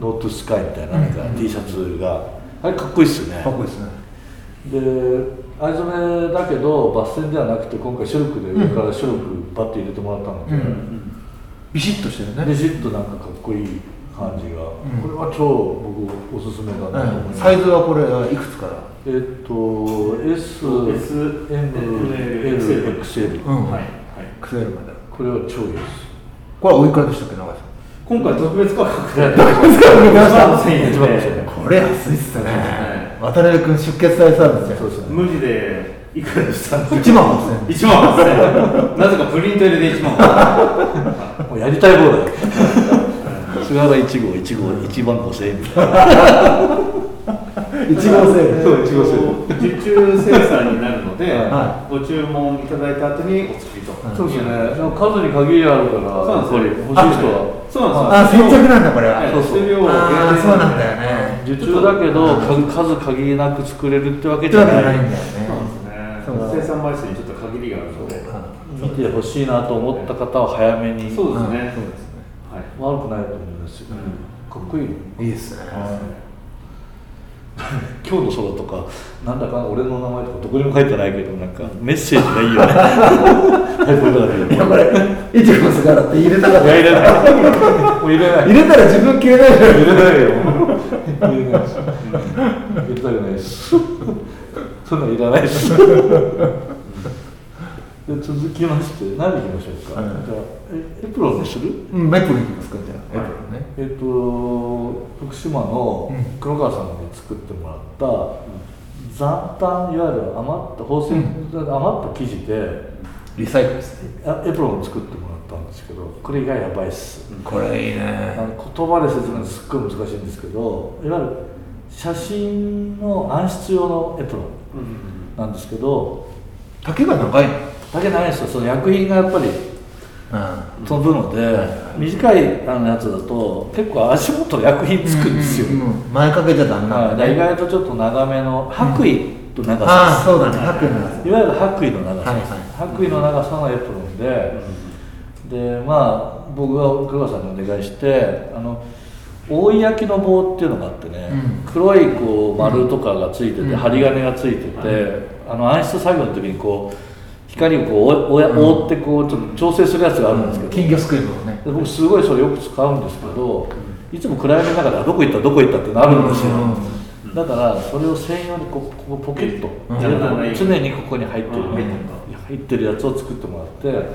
S3: ノートゥスカイ」みたいななんか T シャツが、あれかっこいいっすよね
S1: かっこいいですね
S3: で藍染めだけど抜線ではなくて今回シルクで上からシルクバッて入れてもらったので、
S1: うんビシッとしてる
S3: で
S1: ね、
S3: じっとなんかかっこいい感じが、
S1: ん
S3: これは超僕おすすめだなと思い
S1: うん
S3: ます、
S1: サイズはこれはいくつから
S3: えっと S,
S2: S
S3: M
S2: L
S3: L XL、
S1: うん
S2: はいはい
S1: クセルまで
S3: これは超いいです
S1: これはおいくらでしたっけ永井さん
S2: 今回特別価格で
S3: 1
S2: 1000円
S3: 一
S2: で
S3: 番ですよね
S1: これ安いっすね、
S2: は
S1: 渡辺君出血大サービスじゃ
S3: そうで
S1: ん
S3: すね
S2: 無地でいくらでしたんです
S1: 1万8000円
S2: 1万8000円なぜかプリント入れで1万8000
S3: もうやりたい放 題菅原1号1号1万5000円み たいな
S1: 1号セール
S2: そう受注生産になるので、
S1: は
S2: ご注文いただいた後にお作りと、
S3: そうですね数に限りあるからやっぱ
S2: そうなん
S3: り欲
S2: で
S3: しい
S2: す
S3: 人
S2: よ
S3: は
S2: そうなん
S1: あ
S2: です
S1: 先
S2: よ
S1: 着なんだこれは、
S2: はい
S3: そうそう
S2: 数量
S1: ああ
S2: 限
S1: そ
S2: 定
S1: うなんだよね
S3: 受注だけど数数限りなく作れるってわけ
S1: 一
S3: じゃ
S1: わけじゃ
S3: な
S1: ないいんだよね
S2: そうなんですね生産枚数にちょっと限りがあるので
S3: 見てほしいなと思った方は早めに
S2: そう
S3: 悪
S2: で
S3: く
S2: すね、
S1: うんそうですね
S2: はい
S3: ないと思うんです
S2: う
S3: よ
S2: ん
S3: かっこいい
S1: いいですね
S3: 今日の空とかなんだか俺の名前とかどこにも書いてないけどなんかメッセージがいいよね はいこれだけ
S1: いやこれ1号セールって入れたかった
S3: いや入れないもう入れない
S1: 入れたら自分消えないじゃん
S3: 入れないよ。入れないです。入れたくないです。そんなんいらないです。で続きまして何いきましょうか。
S1: はい
S3: じゃあえプロにする
S1: うん、マイプルいきますかじゃあ、
S2: は
S1: エ
S2: い
S1: プロンね
S3: えっと福島の
S1: うん
S3: 黒川さんに作ってもらった残反いわゆる余った縫製余った生地で
S1: リサイクルですね
S3: あエプロンを作ってもらったんですけどこれがやばいっす
S1: これいい
S3: あ
S1: ね
S3: の言葉で説明すっごい難しいんですけどいわゆる写真の暗室用のエプロン
S2: うん
S3: なんですけど
S1: 丈が長いの
S3: だけないんですよその薬品がやっぱり
S1: う
S3: 飛ぶので短いあのやつだと結構足元薬品つくんですよ、
S1: ううん前掛けじゃダメな
S3: は
S1: ん
S3: い、だ
S1: だ
S3: から意
S1: ね
S3: 外とちょっと長めの白衣と長
S1: ああ
S3: さ
S1: そうだね白のや
S3: です、いわゆる白衣の長さです、
S1: はいはい
S3: 白衣の長さのエプロンで、でまあ僕が黒川さんにお願いしてあの覆い焼きの棒っていうのがあってね、
S1: うん
S3: 黒いこう丸とかがついてて、
S1: うん
S3: 針金がついてて、あの暗室作業の時にこう光をこう覆い覆ってこうちょっと調整するやつがあるんですけど、
S1: つ金魚すくい棒ね
S3: で僕すごいそれよく使うんですけど、いつも暗闇の中であどこ行ったどこ行ったってなるんですよ、
S1: う
S3: だからそれを専用にこうここポケット、
S1: うん
S3: 全部常にここに入ってる、
S2: うん
S3: 入ってるやつを作ってもらって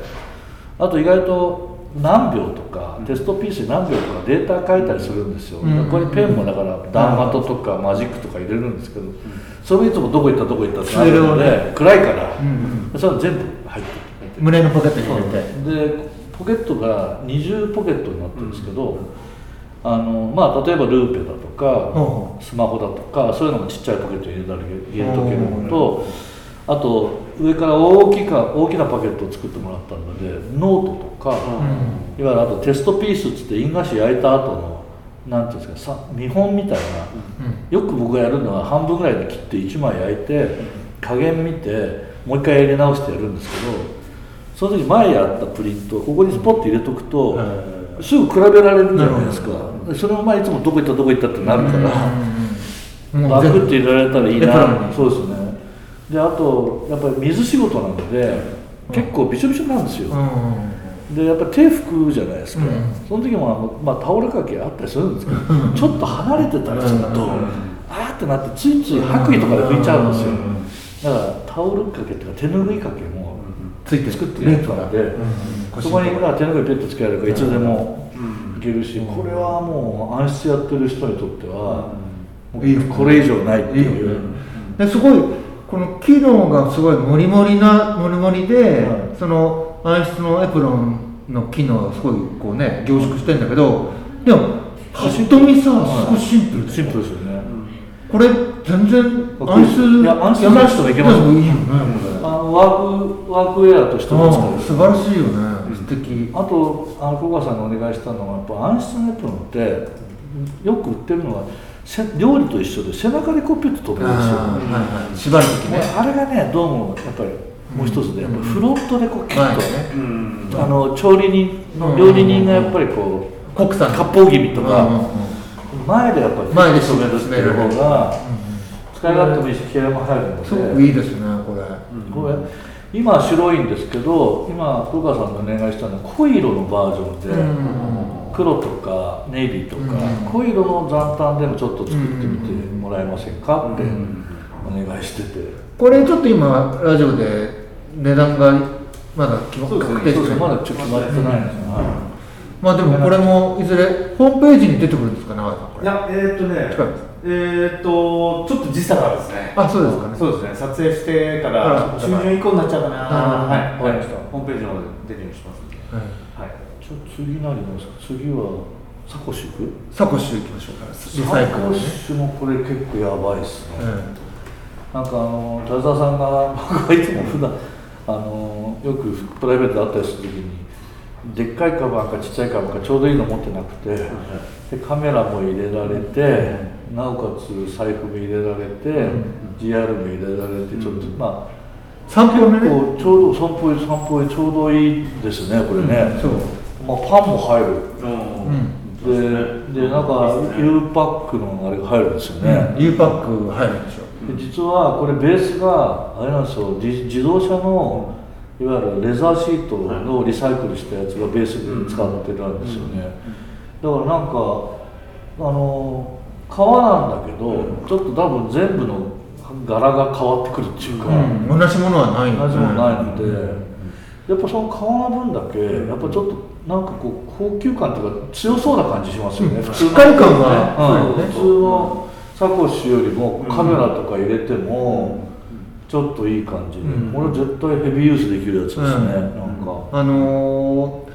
S3: あと意外と何秒とか、テストピースに何秒とかデータ書いたりするんですよ、
S1: うん
S3: ここにペンもだからダンマトとかマジックとか入れるんですけど、それいつもどこ行ったどこ行ったってなるので、
S1: それをね
S3: 暗いから、
S1: うん
S3: それは全部入ってる
S1: 胸のポケットに入れて
S3: でポケットが二重ポケットになってるんですけど、あのまあ、例えばルーペだとか、
S1: ほうほ
S3: スマホだとかそういうのもちっちゃいポケットに入れたり入れとけるのと、あと上から大きか大きなポケットを作ってもらったのでノートとか、
S1: う
S3: いわゆるあとテストピースっつって印菓子焼いた後のなんていうんですかさ見本みたい
S1: う
S3: な。
S1: ん
S3: よく僕がやるのは半分ぐらいで切って1枚焼いて加減見てもう一回やり直してやるんですけどその時前やったプリントをここにスポッて入れとくと、
S1: う
S3: すぐ比べられるじゃないですか
S1: なる
S3: それも前いつもどこ行ったどこ行ったってなるから、
S1: うんうんうん
S3: バクって入れられたらいい
S1: エプロン
S3: な
S1: に
S3: そうですねであとやっぱり水仕事なので結構びしょびしょなんですよ、
S1: う
S3: でやっぱり手拭くじゃないですか、
S1: うん
S3: その時もあの、まあ、タオル掛けあったりするんですけど、
S1: うん
S3: ちょっと離れてたりすると、
S1: うん
S3: あーってなってついつい白衣とかで拭いちゃうんですよ、
S1: うん
S3: だからタオル掛けとか手拭い掛けも
S1: ついて
S3: 作って
S1: レ
S3: る
S1: ート
S3: から
S1: だ
S3: で、そこにまあ手拭いペットつけられるからいつでも
S2: うん
S3: いけるし、これはもう暗室やってる人にとっては、もう
S1: いいよ
S3: これ以上ないっていう。
S1: いいよですごいこの機能がすごいモリモリなモリモリで、
S3: はい
S1: その暗室のエプロンの機能がすごいこうね凝縮してんだけどでもパッと見さ、
S3: はい
S1: すごいシンプルで
S3: シンプルですよね、
S1: これ全然
S3: 僕
S1: 暗室
S3: いや暗室なしとはいけません
S1: いいよね
S3: あのワークワークウェアとして
S1: これ、う
S3: も使える
S1: ん素晴らしいよね素敵
S3: あとあの小川さんにお願いしたのはやっぱ暗室のエプロンってよく売ってるのはせ料理と一緒で背中でこうピュッと飛ぶんですよ、
S1: あーはいはい縛る時
S3: ね
S1: ね
S3: あれがねどうもやっぱりもう一つで、やっぱフロントでこうキュッと、
S1: 前ね
S2: うん
S3: あの調理人の料理人がやっぱりこう
S1: 国産
S3: 割烹着みとか、
S1: うんうんうん
S3: 前でやっぱり
S1: 前で
S3: 染めるっていう方が使い勝手もいいし気合も入るので、
S1: すごくいいですねこれ、
S3: これ今は白いんですけど今黒川さんにお願いしたのは濃い色のバージョンで、
S1: うん
S3: 黒とかネイビーとか、
S1: うん
S3: 濃い色の残単でもちょっと作ってみてもらえませんかって
S2: うん
S3: お願いしてて、
S1: これちょっと今ラジオで値段がまだ決ま
S2: そうですね
S1: 確定
S3: そ
S1: し
S3: うです
S1: て
S3: ね
S1: な
S3: ま
S1: い
S3: だちょっと決まってないんですが、
S1: まあでもこれもいずれホームページに出てくるんですかね、こ
S2: い
S1: れ。
S2: や、えーっとね
S1: 近いです、
S2: えーっと、ちょっと時差がですね、
S1: あ、そうですかね。
S2: そうですね、撮影してか
S1: あ
S2: ら、
S1: ら
S2: 中旬以降になっちゃうか
S1: あ
S2: な、
S1: ー
S2: はい、わか
S3: はい
S2: りましたホームページの方で出るようにしますんで、
S1: はい
S2: はい、
S3: ちょ次何なんですか次はサコッシュ行く
S1: サコッシュ行きましょうか。リ
S3: サ
S1: サイクル
S3: コッ
S1: ね。
S3: シュもこれ結構やばいっすね、
S1: うん
S3: なんかあの田澤さんが僕はいつも普段あのよくプライベートで会ったりする時にでっかいカバンかちっちゃいカバンかちょうどいいの持ってなくてでカメラも入れられてなおかつ財布も入れられて、GR も入れられてちょっと、まあ
S1: 三票目ね。
S3: こうちょうど散歩へ散歩へちょうどいいですねこれね、
S1: そう。
S3: まあ、パンも入る
S1: うん。
S3: ででなんか U パックのあれが入るんですよね、
S1: U パック入るでしょ。
S3: で実はこれベースがあれなんですよ自自動車のいわゆるレザーシートのリサイクルしたやつがベースに使ってるんですよね、だからなんかあの革なんだけど、ちょっと多分全部の柄が変わってくるっていうか、
S1: うん。同じものはない。
S3: 同じものないので、
S1: うん
S3: やっぱその革の分だけやっぱちょっとなんかこう高級感とか強そうな感じしますよね、
S1: うん
S3: 普通の
S1: しっかり感が
S3: うん
S1: そうよね
S3: 普通のサコッシュよりもカメラとか入れてもちょっといい感じで、
S1: うん
S3: これ絶対ヘビーユースできるやつですね、
S1: うん
S3: なんか、
S1: あのー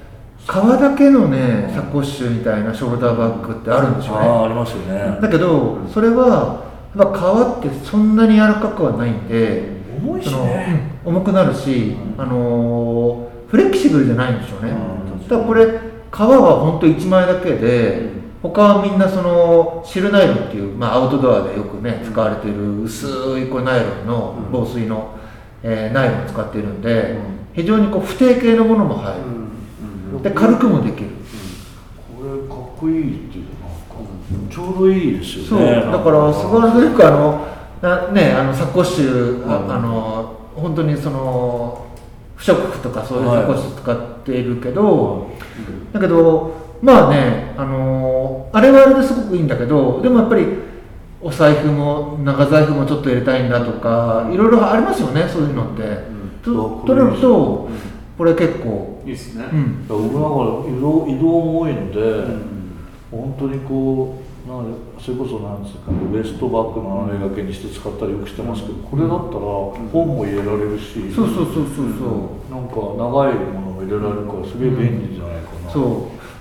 S1: 革だけのねサコッシュみたいなショルダーバッグってあるんでしょう
S3: ああ
S1: ね
S3: ありますよね
S1: だけどそれはやっぱ革ってそんなに柔らかくはないんで
S3: 重いし
S1: その
S3: ね
S1: うん重くなるし、
S3: うん
S1: あのーフレキシブルじゃないんでしょうね、
S3: うん
S1: だからこれ革は本当1枚だけで、
S3: うん
S1: 他はみんなそのシルナイロンっていう、まあ、アウトドアでよくね使われてる薄いこうナイロンの
S2: うん
S1: 防水の、えーナイロン使ってるんで、
S3: うん
S1: 非常にこう不定形のものも入
S2: うんう
S1: る、
S2: ん
S1: で軽くもできる、
S3: これかっこいいっていうかなんかちょうどいいです
S1: そ
S3: よ
S1: う
S3: ね
S1: だからすごいというかあのなねあのサコッシュ、あ
S3: うん
S1: あの本当にその不織布とかそういうサコッシュ使っているけど、だけどまあねあのーあれはあれですごくいいんだけどでもやっぱりお財布も長財布もちょっと入れたいんだとかいろいろありますよねそういうのって、と
S3: そう
S1: となる
S2: う
S1: と
S2: ん
S1: これ結構
S2: いいっすね
S1: うん
S3: いや僕だから移動移動も多いので、
S2: ん
S3: 本当にこうなんでそれこそなんですかウエストバッグの斜め掛けにして使ったりよくしてますけど、これだったら本も入れられるし、
S1: そうそうそうそう
S3: なんか長いものも入れられるからすげえ便利じゃないかな、
S1: そう、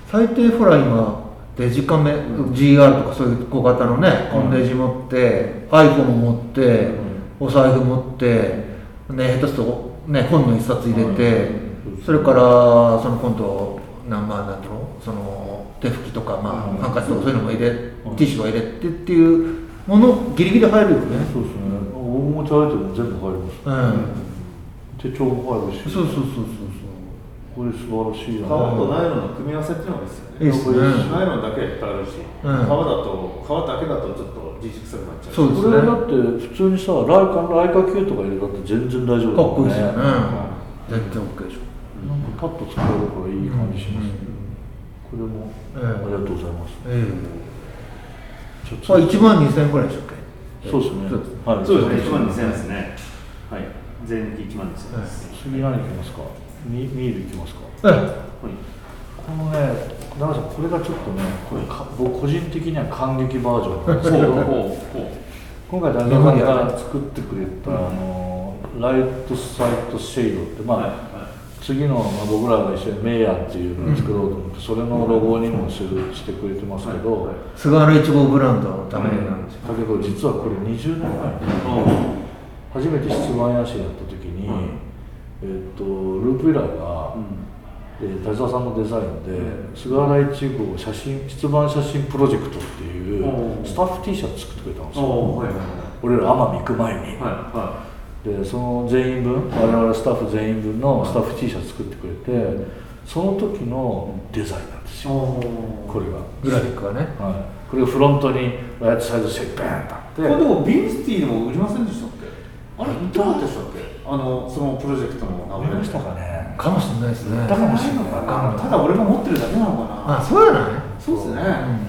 S1: そう最低ほら今デジカメ、GR とかそういう小型のねコンデジ持って、iPhone 持って、お財布持って、ね、下手すると、ね、本の一冊入れて、
S3: うん
S1: それからその今度なまあなんだろうその手拭きとか、まあ
S3: うん
S1: ハンカチとかそういうのも入れ、
S3: ん
S1: ティッシュは入れてっていうものギリギリ入るよね、
S3: そうですね僕もチャイトも全部入りま
S1: う
S3: す
S1: ん
S3: 手帳も入るし
S1: そうそうそうそうそう
S3: これ素晴らしいな
S2: 革とナイロンの組み合わせっていうのがいいっすよね
S1: いいっすね
S2: ナイロンだけいっぱいあるし
S1: う
S2: 革
S1: ん
S2: だと革だけだとちょっと自粛臭くなっちゃうし
S1: そうです
S3: これだって普通にさライカライカ Q とか入れたって全然大丈夫
S1: かっこいいですよね、
S3: なんか
S1: 全然 OK でしょ
S3: パッと使えるからいい感じしますね、これ
S1: ええ
S3: もありがとうございます、
S1: え
S3: ちょっ
S1: え
S3: と
S1: これ1万2000円ぐらいでしたっけ
S3: そうですね
S1: そうですね
S3: はい
S2: そうですね、1万2000円ですね。はい、税抜き1万2000円です。
S3: 次何いきますかミミールいきますか
S1: え
S2: はい
S3: このね長谷さんこれがちょっとねこれか僕個人的には感激バージョンなんですけ ど
S2: ほうほ
S3: 今回ダジャさんが作ってくれた、あのライトサイトシェードって
S2: う
S3: まあ、
S2: はいは
S3: 次の、まあ、僕らが一緒にメイヤーっていうのを作ろうと思って、それのロゴにもするしてくれてますけど、
S2: はい
S1: 菅原一号ブランドのためなんですよ、
S3: だけど実はこれ20年
S2: い
S3: 前に初めて出馬野市やった時に、
S2: うん
S3: えっとループイラーが、えー田沢さんのデザインで、菅原一号写真出馬写真プロジェクトってい
S2: おう
S3: うスタッフ T シャツ作ってくれたんです
S2: お
S3: よ
S2: おはいはいはい
S3: 俺ら奄美行く前に、
S2: はいは
S3: でその全員分我々スタッフ全員分のスタッフ T シャツ作ってくれてその時のデザインなんです
S2: い
S3: よこ
S2: こ
S3: れが、
S1: グラフィックはね
S3: はい、これがフロントにライトサイドシェイプバーンと
S2: れ
S3: あ
S2: で
S3: って
S2: もビースティーでも売りませんでしたっけあれ売ってなかったでしたっけあのそのプロジェクトの
S3: あ
S2: 名
S3: り
S2: 前
S3: ましたかね
S1: かもしれないですね
S3: だから
S2: あただ俺が持ってるだけなのかな
S1: あそうじゃない
S2: そうですね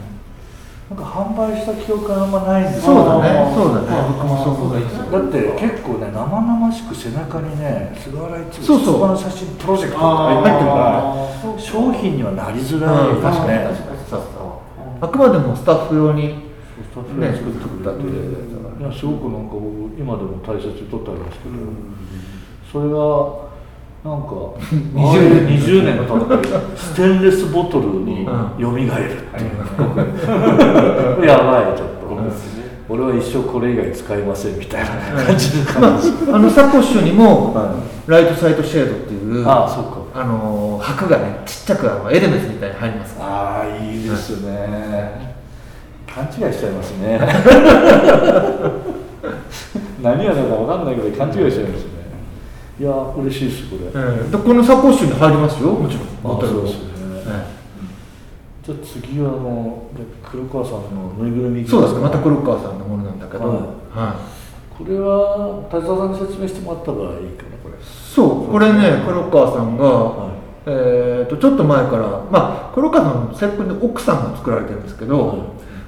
S3: なんか販売した記憶があんまないんです
S1: そうだね
S2: あー
S1: そうだね
S2: あー
S1: 僕もそう思う
S2: そう
S3: だって結構ね生々しく背中にね菅原一
S1: そうそう
S3: 番写真プロジェクトとか入ってるから商品にはなりづらい
S1: うん
S3: ですね
S1: 確かにそうそうあくまでもスタッフ用に
S3: そうスタッフ
S1: ね
S3: が
S1: 作
S3: 作
S1: っ
S3: ってて
S1: く
S3: く
S1: れ
S3: れ
S1: たっ
S3: た
S1: ていうやつだ
S3: いやすごくなんか僕今でも大切に撮ってありますけど、
S2: うん
S3: それがなんか
S1: 20年
S3: 20年経ってステンレスボトルに
S1: うん
S3: よみがえるっていう、 やばいちょっと、
S2: そうですね
S3: 俺は一生これ以外使いませんみたいな感じの感じ、
S1: あのサコッシュにも、
S3: は
S1: ライトサイトシェードっていう
S3: ああそっ
S1: あのー箔がねちっちゃくあのエレメスみたいに入りますから
S3: ああいいですね、勘違いしちゃいます ね何がだか分かんないけど勘違いしちゃいますねいや嬉しいですこれ、
S1: うんでこのサコッシュに入りますよもちろんボトル
S3: そう
S1: も
S3: ですね
S1: え
S3: じゃあ次はあの黒川さんのぬいぐるみい
S1: え
S3: き
S1: そう
S3: ま
S1: ですねまた黒川さんのものなんだけど、
S3: はい
S1: はい、
S3: これは田沢さんに説明してもらった方がいいかなこれ
S1: そうこれね黒川さんが、
S3: はい
S1: えー、とちょっと前から、まあ、黒川さんの制服に奥さんが作られてるんですけど、
S3: はい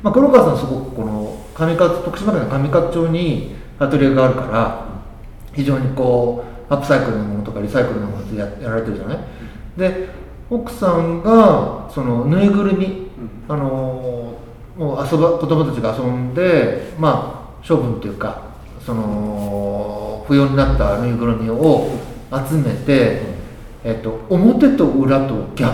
S1: まあ、黒川さんすごくこの上勝徳島県の上勝町にアトリエがあるから非常にこうアップサイクルのものとかリサイクルのものってややられてるじゃないで奥さんがそのぬいぐるみ、あのーもう遊ば子供たちが遊んでまあ処分というかその不要になったぬいぐるみを集めて、えっと、表と裏と逆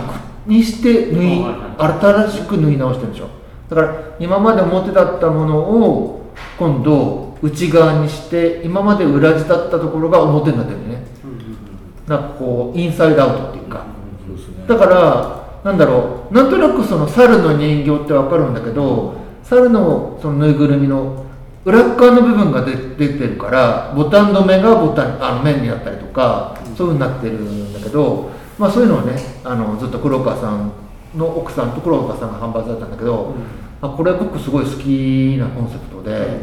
S1: にして縫い、
S2: あはいは
S1: 新
S2: い
S1: しく縫い直してるんでしょだから今まで表だったものを今度内側にして今まで裏地だったところが表になってるよねなんかこうインサイドアウトっていうか
S3: そうですね
S1: だからなんだろうなんとなくその猿の人形ってわかるんだけど猿のそのぬいぐるみの裏っ側の部分が出出てるからボタンの目がボタンあの面になったりとかそういうふうになってるんだけど、まあ、そういうのをねあのずっと黒川さんの奥さんと黒川さんが反発だったんだけど、あこれ僕すごい好きなコンセプトで、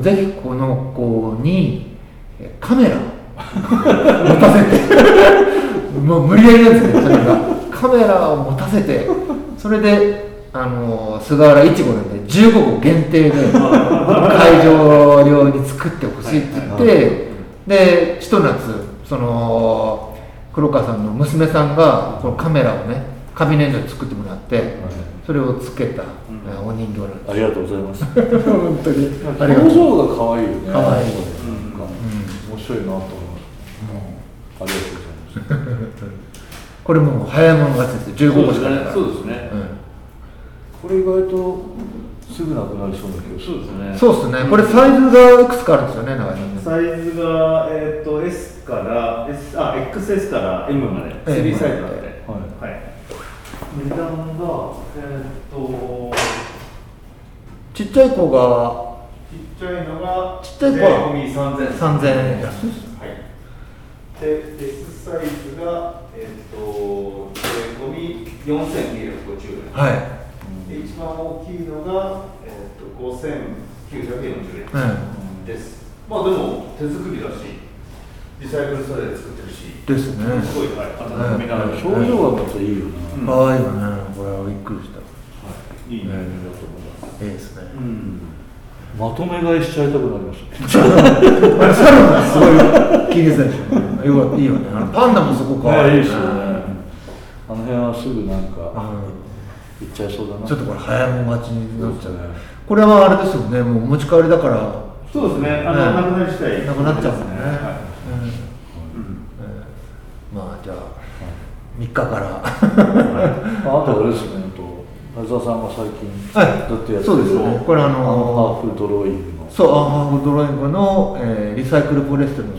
S1: ぜひこの子にえカメラ持たせてもう無理やりなんですけどそれがカメラを持たせてそれであの菅原一護なんで15号限定で会場用に作ってほしいって言って、でひと夏その黒川さんの娘さんがこのカメラをねカビネットで作ってもらって、それをつけた、えお人形なんで
S3: ありがとうございます
S1: す本当にありがとう
S3: 表情が可愛いよね
S1: 可愛い
S3: なんか面白いなと思いますありがとうございます
S1: これもう早いもの勝ちですよ15個しかないから
S2: そうですね
S3: これ意外とすぐなくなりそうな気がす
S2: そう
S3: る
S2: ですね
S1: うんそうですねこれサイズがいくつかあるんですよね長井さんね
S2: サイズが、えー、と S から S あ XS から M まで
S1: M
S2: 3サイズあって、
S3: ま
S2: はい値段がえっ、と
S1: ちっちゃい子が
S2: ちっちゃいのが
S1: ちっちゃい子
S2: 税
S1: は
S2: 込み3000
S1: 3000円安いっ
S2: はいで S サイズがえっ、と税込み4950円、
S1: はい、
S2: で一番大きいのが、えっと5940円、
S1: う
S2: ですまあでも手作りだしリサイクル素材で作ってるし
S1: ん、ですね
S2: すごいはい温みながら、
S1: うん
S2: はい
S3: 表情がまたいいよな、
S2: うん
S1: 可愛いよねこれはびっくりした
S2: いいね、
S1: いいですね
S2: うん
S3: まとめ買いしちゃいたくなりました
S1: あれサルがすごい気に入ってたでしょよかったいいよねあのパンダもすごく可愛い、
S3: いいですよねあの辺はすぐなん
S1: う
S3: か
S1: ん
S3: 行っちゃいそうだな
S1: ちょっとこれ早いもん勝ちになっちゃう
S3: そうですね
S1: これはあれですよねもう持ち帰りだから
S2: そうですねあ
S1: ね
S2: の、なくなり次第
S1: なくなっちゃうもんね、
S2: は
S1: うんう
S2: いうん
S1: んまあじゃあ3日から
S3: ああとあれですねあと成沢さんが最近
S1: はい
S3: ずっとやってる、
S1: そうですよねこれあのー
S3: ハーフドローイングの
S1: そうアンハーフドローイングの、えーリサイクルポレステルの、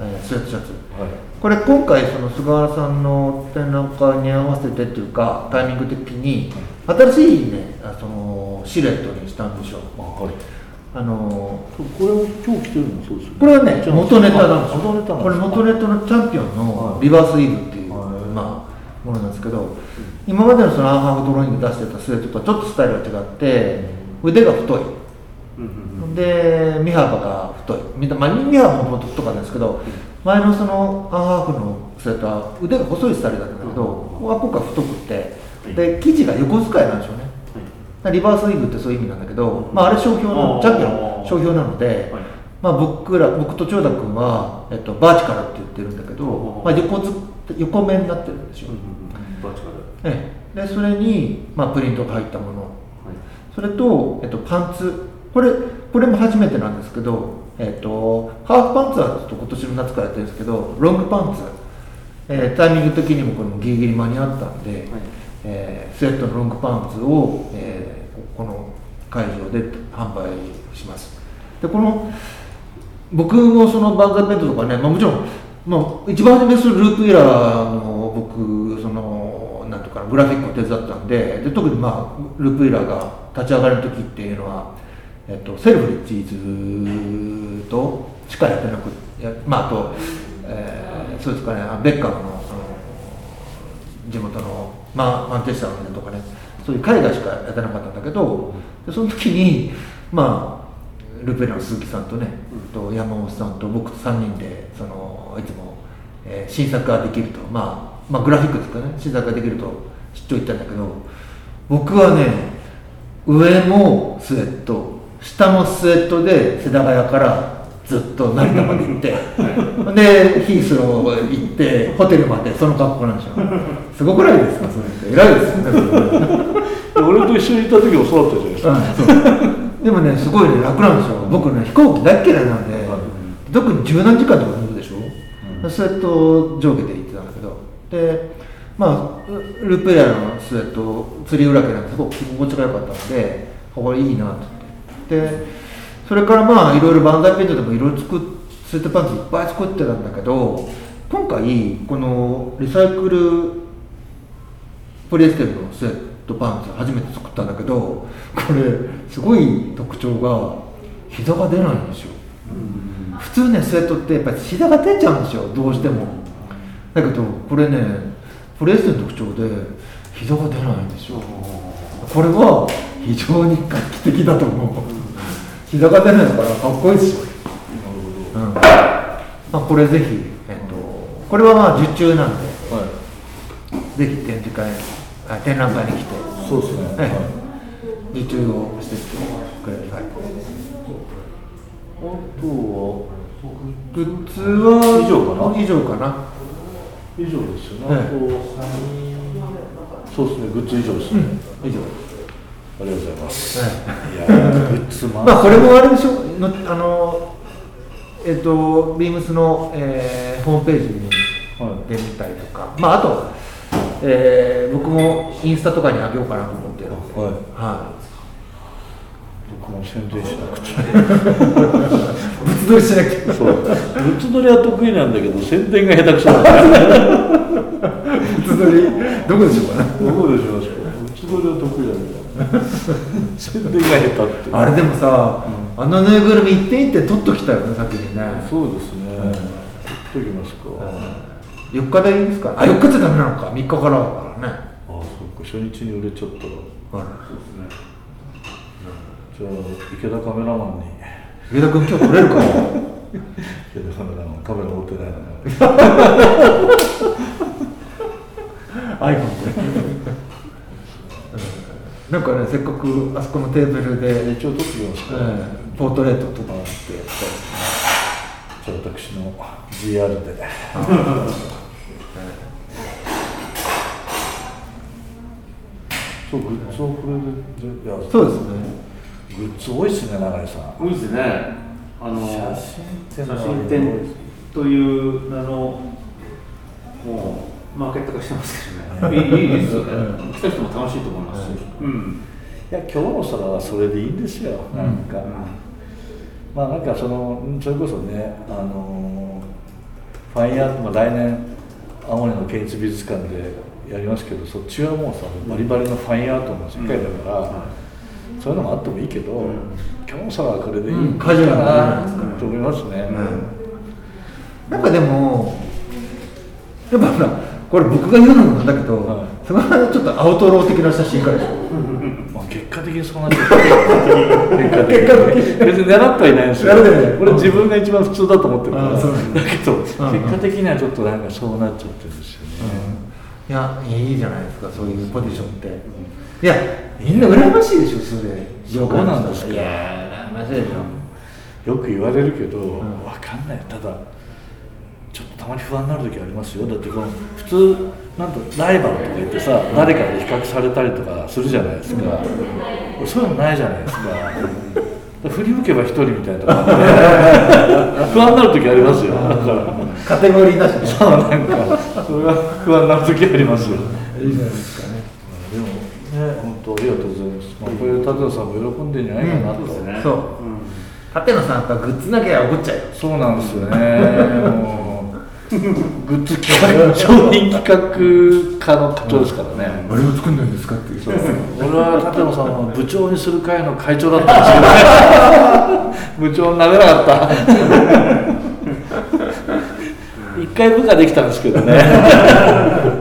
S1: えースウェットシャツ
S3: はい
S1: これ今回その菅原さんの展覧会に合わせてっていうかタイミング的に新しいねあそのシルエットにしたんでしょう
S3: あはい
S1: あのー
S3: これを今日着てるのそうですよね
S1: これはね
S3: じゃあ
S1: 元ネタなんですよ
S3: あ元ネタなん
S1: これ元ネタのチャンピオンのリバースイーブっていう、
S3: はい
S1: まあ、ものなんですけど、今までのそのアンハーフドローイング出してたスウェットとはちょっとスタイルが違って腕が太い
S2: うんうん
S1: で身幅が太いみんなまあ、身幅ももっと太かったんですけど前のそのアンハーフのスウェットは腕が細いスタイルだったんだけど、ここは今回太くってで生地が横使いなんでしょうねリバースイングってそういう意味なんだけど、まあ、あれ商標
S2: あ
S1: の
S2: ー
S1: チャンピオンの商標なので、
S2: はい
S1: まあ、僕ら僕と長太君は、えっと、バーチカルって言ってるんだけど、ま
S2: あ
S1: あ、横ず横面になってるんですよ、
S2: うんうんバーチカル
S1: ええでそれに、まあ、プリントが入ったものそれと、えっと、パンツこれこれも初めてなんですけど、えっと、ハーフパンツはちょっと今年の夏からやってるんですけどロングパンツ、えータイミング的にもこれもギリギリ間に合ったんで、えースウェットのロングパンツを、えーこの会場で販売しますでこの僕もそのバンザーペットとかね、まあ、もちろん、まあ、一番初めするループイラーの僕そのなんとかなグラフィックを手伝ったんでで特に、まあ、ループイラーが立ち上がりの時っていうのは、えっと、セルフでチーズとしかやってなくやまああと、えーそうですかねあベッカムのあの地元の、まあ、マンチェスターの店とかねそういう海外しかやってなかったんだけどでその時にまあルペラの鈴木さんとね、と山本さんと僕と3人でそのいつも、えー新作ができると、まあ、まあグラフィックですかね新作ができると出張行ったんだけど僕はね上もスウェット下もスウェットで世田谷からずっと成田まで行ってでヒースロー行ってホテルまでその格好なんでしょすごくないですかそれって偉いですよねそれね
S3: 俺と一緒に行った時もそうだったじゃないですか、
S1: うんそうでもねすごいね楽なんですよ僕ね飛行機大っ嫌いなんで、特に十何時間とか乗るでしょ、スウェット上下で行ってたんだけどでまあルループエアのスウェット釣り浦家なんてすごく着心地が良かったのであこれいいなと思ってでそれからまあいろいろバンダイペントでもいろいろ作っスウェットパンツいっぱい作ってたんだけど今回このリサイクルポリエステルのスウェットパンツ初めて作ったんだけどこれすごい特徴が膝が出ないんですよ、普通ねスウェットってやっぱり膝が出ちゃうんですよどうしてもだけどこれねポリエステルの特徴で膝が出ないんですよこれは非常に画期的だと思う膝が出ないからかっこいいですよ、うんまあ、これぜひ、えっと、これはまあ受注なんで
S3: はい
S1: ぜひ展示会あ展覧会に来て、
S3: そうですね、
S1: はい
S3: はい
S1: 受注をしてきてくれる、はい、
S3: あとは
S1: グッズは
S3: 以上かな
S1: 以上かな
S3: 以上ですよね、
S1: はい
S3: あとそうですねグッズ以上ですね、
S1: 以上、
S3: ありがとうございます
S1: はい
S3: いやーグッズま
S1: まあこれもあれでしょのあのえっとビームスの、えーホームページに
S3: はい
S1: で見たりとか、まああと、えー僕もインスタとかにあげようかなと思ってるんで
S3: はい
S1: は
S3: 僕も宣伝しなくちゃ
S1: い物撮りしなきゃ
S3: そうグッズ取りは得意なんだけど宣伝が下手くそなんだよね
S1: 物撮りどこでしょうかな
S3: どうでしょうかグッズ取りは得意なんだよね 宣伝が下手っていう
S1: あれでもさ、あのぬいぐるみ一点一点取っときたよね先にね
S3: そうですね、取っときますか、あ
S1: 4日でいいんですかあ4日じゃダメなのか3日からだからね
S3: あそっか初日に売れちゃったら
S1: あら
S3: じゃあ池田カメラマンに
S1: 上田君今日取れるかな
S3: 池田カメラマンカメラ持ってないのね
S1: iPhone でうんなんかねせっかくあそこのテーブルで、
S3: 一応取ってきますか、
S1: ええポートレート撮って
S3: じゃあ私の GR でそうグッズをこれでいや
S1: そうですね
S3: グッズ多いっすね永井さん
S2: 多いですねあの
S3: 写真展
S2: 写真展という名のもうマーケット化してますけどねいいいいですよね来た人も楽しいと思いますし、うん
S3: いや今日の皿はそれでいいんですよなんか、まあなんかそのうんそれこそねあのーファインアートも来年青森の県立美術館でやりますけどそっちはもうさバリバリのファインアートの世界だから、そういうのもあってもいいけど、今日の皿はこれでいい
S1: うん
S3: か
S1: カジュアル
S3: な
S1: なね
S3: と思いますね、
S1: なんかでもやっぱほらこれ僕が言うのもなんだけど、
S3: は
S1: その辺ちょっとアウトロー的な写真からでしょ
S3: まあ、結果的にそうなっちゃった結果的
S1: 結果的
S3: に別に狙ってはいないんですよ
S1: 狙ってはいない
S3: これ自分が一番普通だと思ってるから
S1: あ
S3: だ
S1: ーそう
S3: けど結
S1: うん
S3: 果的にはちょっとなんかそうなっちゃってるんですよね、
S1: いやいいじゃないですかそういうポジションって、いやみんな羨ましいでしょそれ
S3: そうなんですか
S1: いやー羨ましいでしょ
S3: よく言われるけど、
S1: ん
S3: わかんないただちょっとたまに不安になる時ありますよだってこの普通なんとライバルとか言ってさ誰かに比較されたりとかするじゃないですか、そういうのないじゃないですかだから振り向けば一人みたいなとこあって不安になる時ありますよだから。
S1: カテゴリーなしね
S3: そうなんかそれは不安な時ありますよ
S1: いいじゃないですかね
S3: でもね本当ありがとうございます、まあ、これ舘野さんも喜んでんじゃないかなと、
S2: そうですね
S1: そう
S2: うん
S1: 舘野さんやっぱグッズなきゃ怒っちゃうよ
S3: そうなんですよねもうグッズ企画商品企画課の課長ですからね、
S1: あれを作んないんですかっていうそう
S3: 俺は舘野さんを部長にする会の会長だったんですけど部長になれなかった一回部下できたんですけどねなん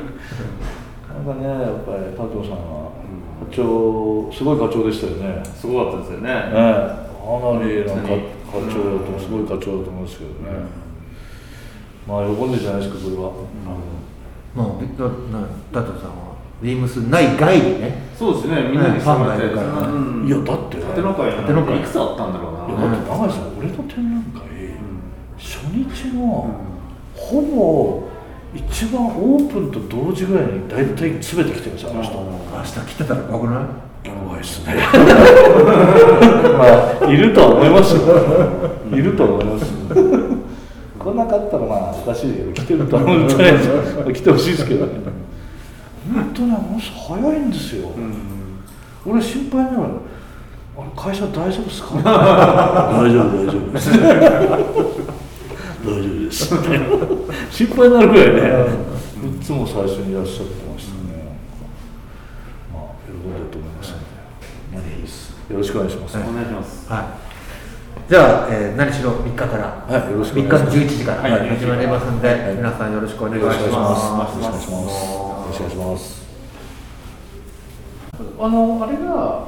S3: かねやっぱり舘野さんは課長すごい課長でしたよね
S2: すごかったですよね、
S3: ねかなりなんか課長だとすごい課長だと思うんですけどね、まあ喜んでるじゃないですかそれは、
S1: もうだな舘野さんはリームスない外にね
S2: そうですねみんなに
S1: うんファンがいるからね
S2: うん
S3: いやだって
S2: 縦の会
S1: 縦の会
S2: いくつあったんだろうな、
S3: いや
S1: う
S3: だって永井さん俺の展覧会、
S2: ん
S3: 初日のほぼ一番オープンと同時ぐらいに大体詰めてきてるんですよあの人
S1: 明日来てたら怖くない
S3: 怖いですねまあいるとは思います よいるとは思います来なかったらまあおかしいけど来てるとは思ってないですよ来てほしいですけどね本当ねあの人早いんですよ、
S2: うん
S3: 俺心配なのよあれ会社大丈夫ですか大丈夫大丈夫です大丈夫ですって心配になるぐらいねいつも最初にいらっしゃってましたね、まあ喜んでると思いますので、よろしくお願いします、
S2: お願いします
S1: はい、じゃあ、えー何しろ3日から、
S3: はいよろしく
S1: 3
S3: お
S1: 日
S3: 願いします
S1: の11時から
S2: はい
S1: 始まりますので、皆さんよろしくお願いし
S3: よ
S1: ま
S3: ろ
S1: す
S3: しくお願いします
S2: お願いします
S3: よろしくお願いしますよろしくお願いします
S2: あのあれが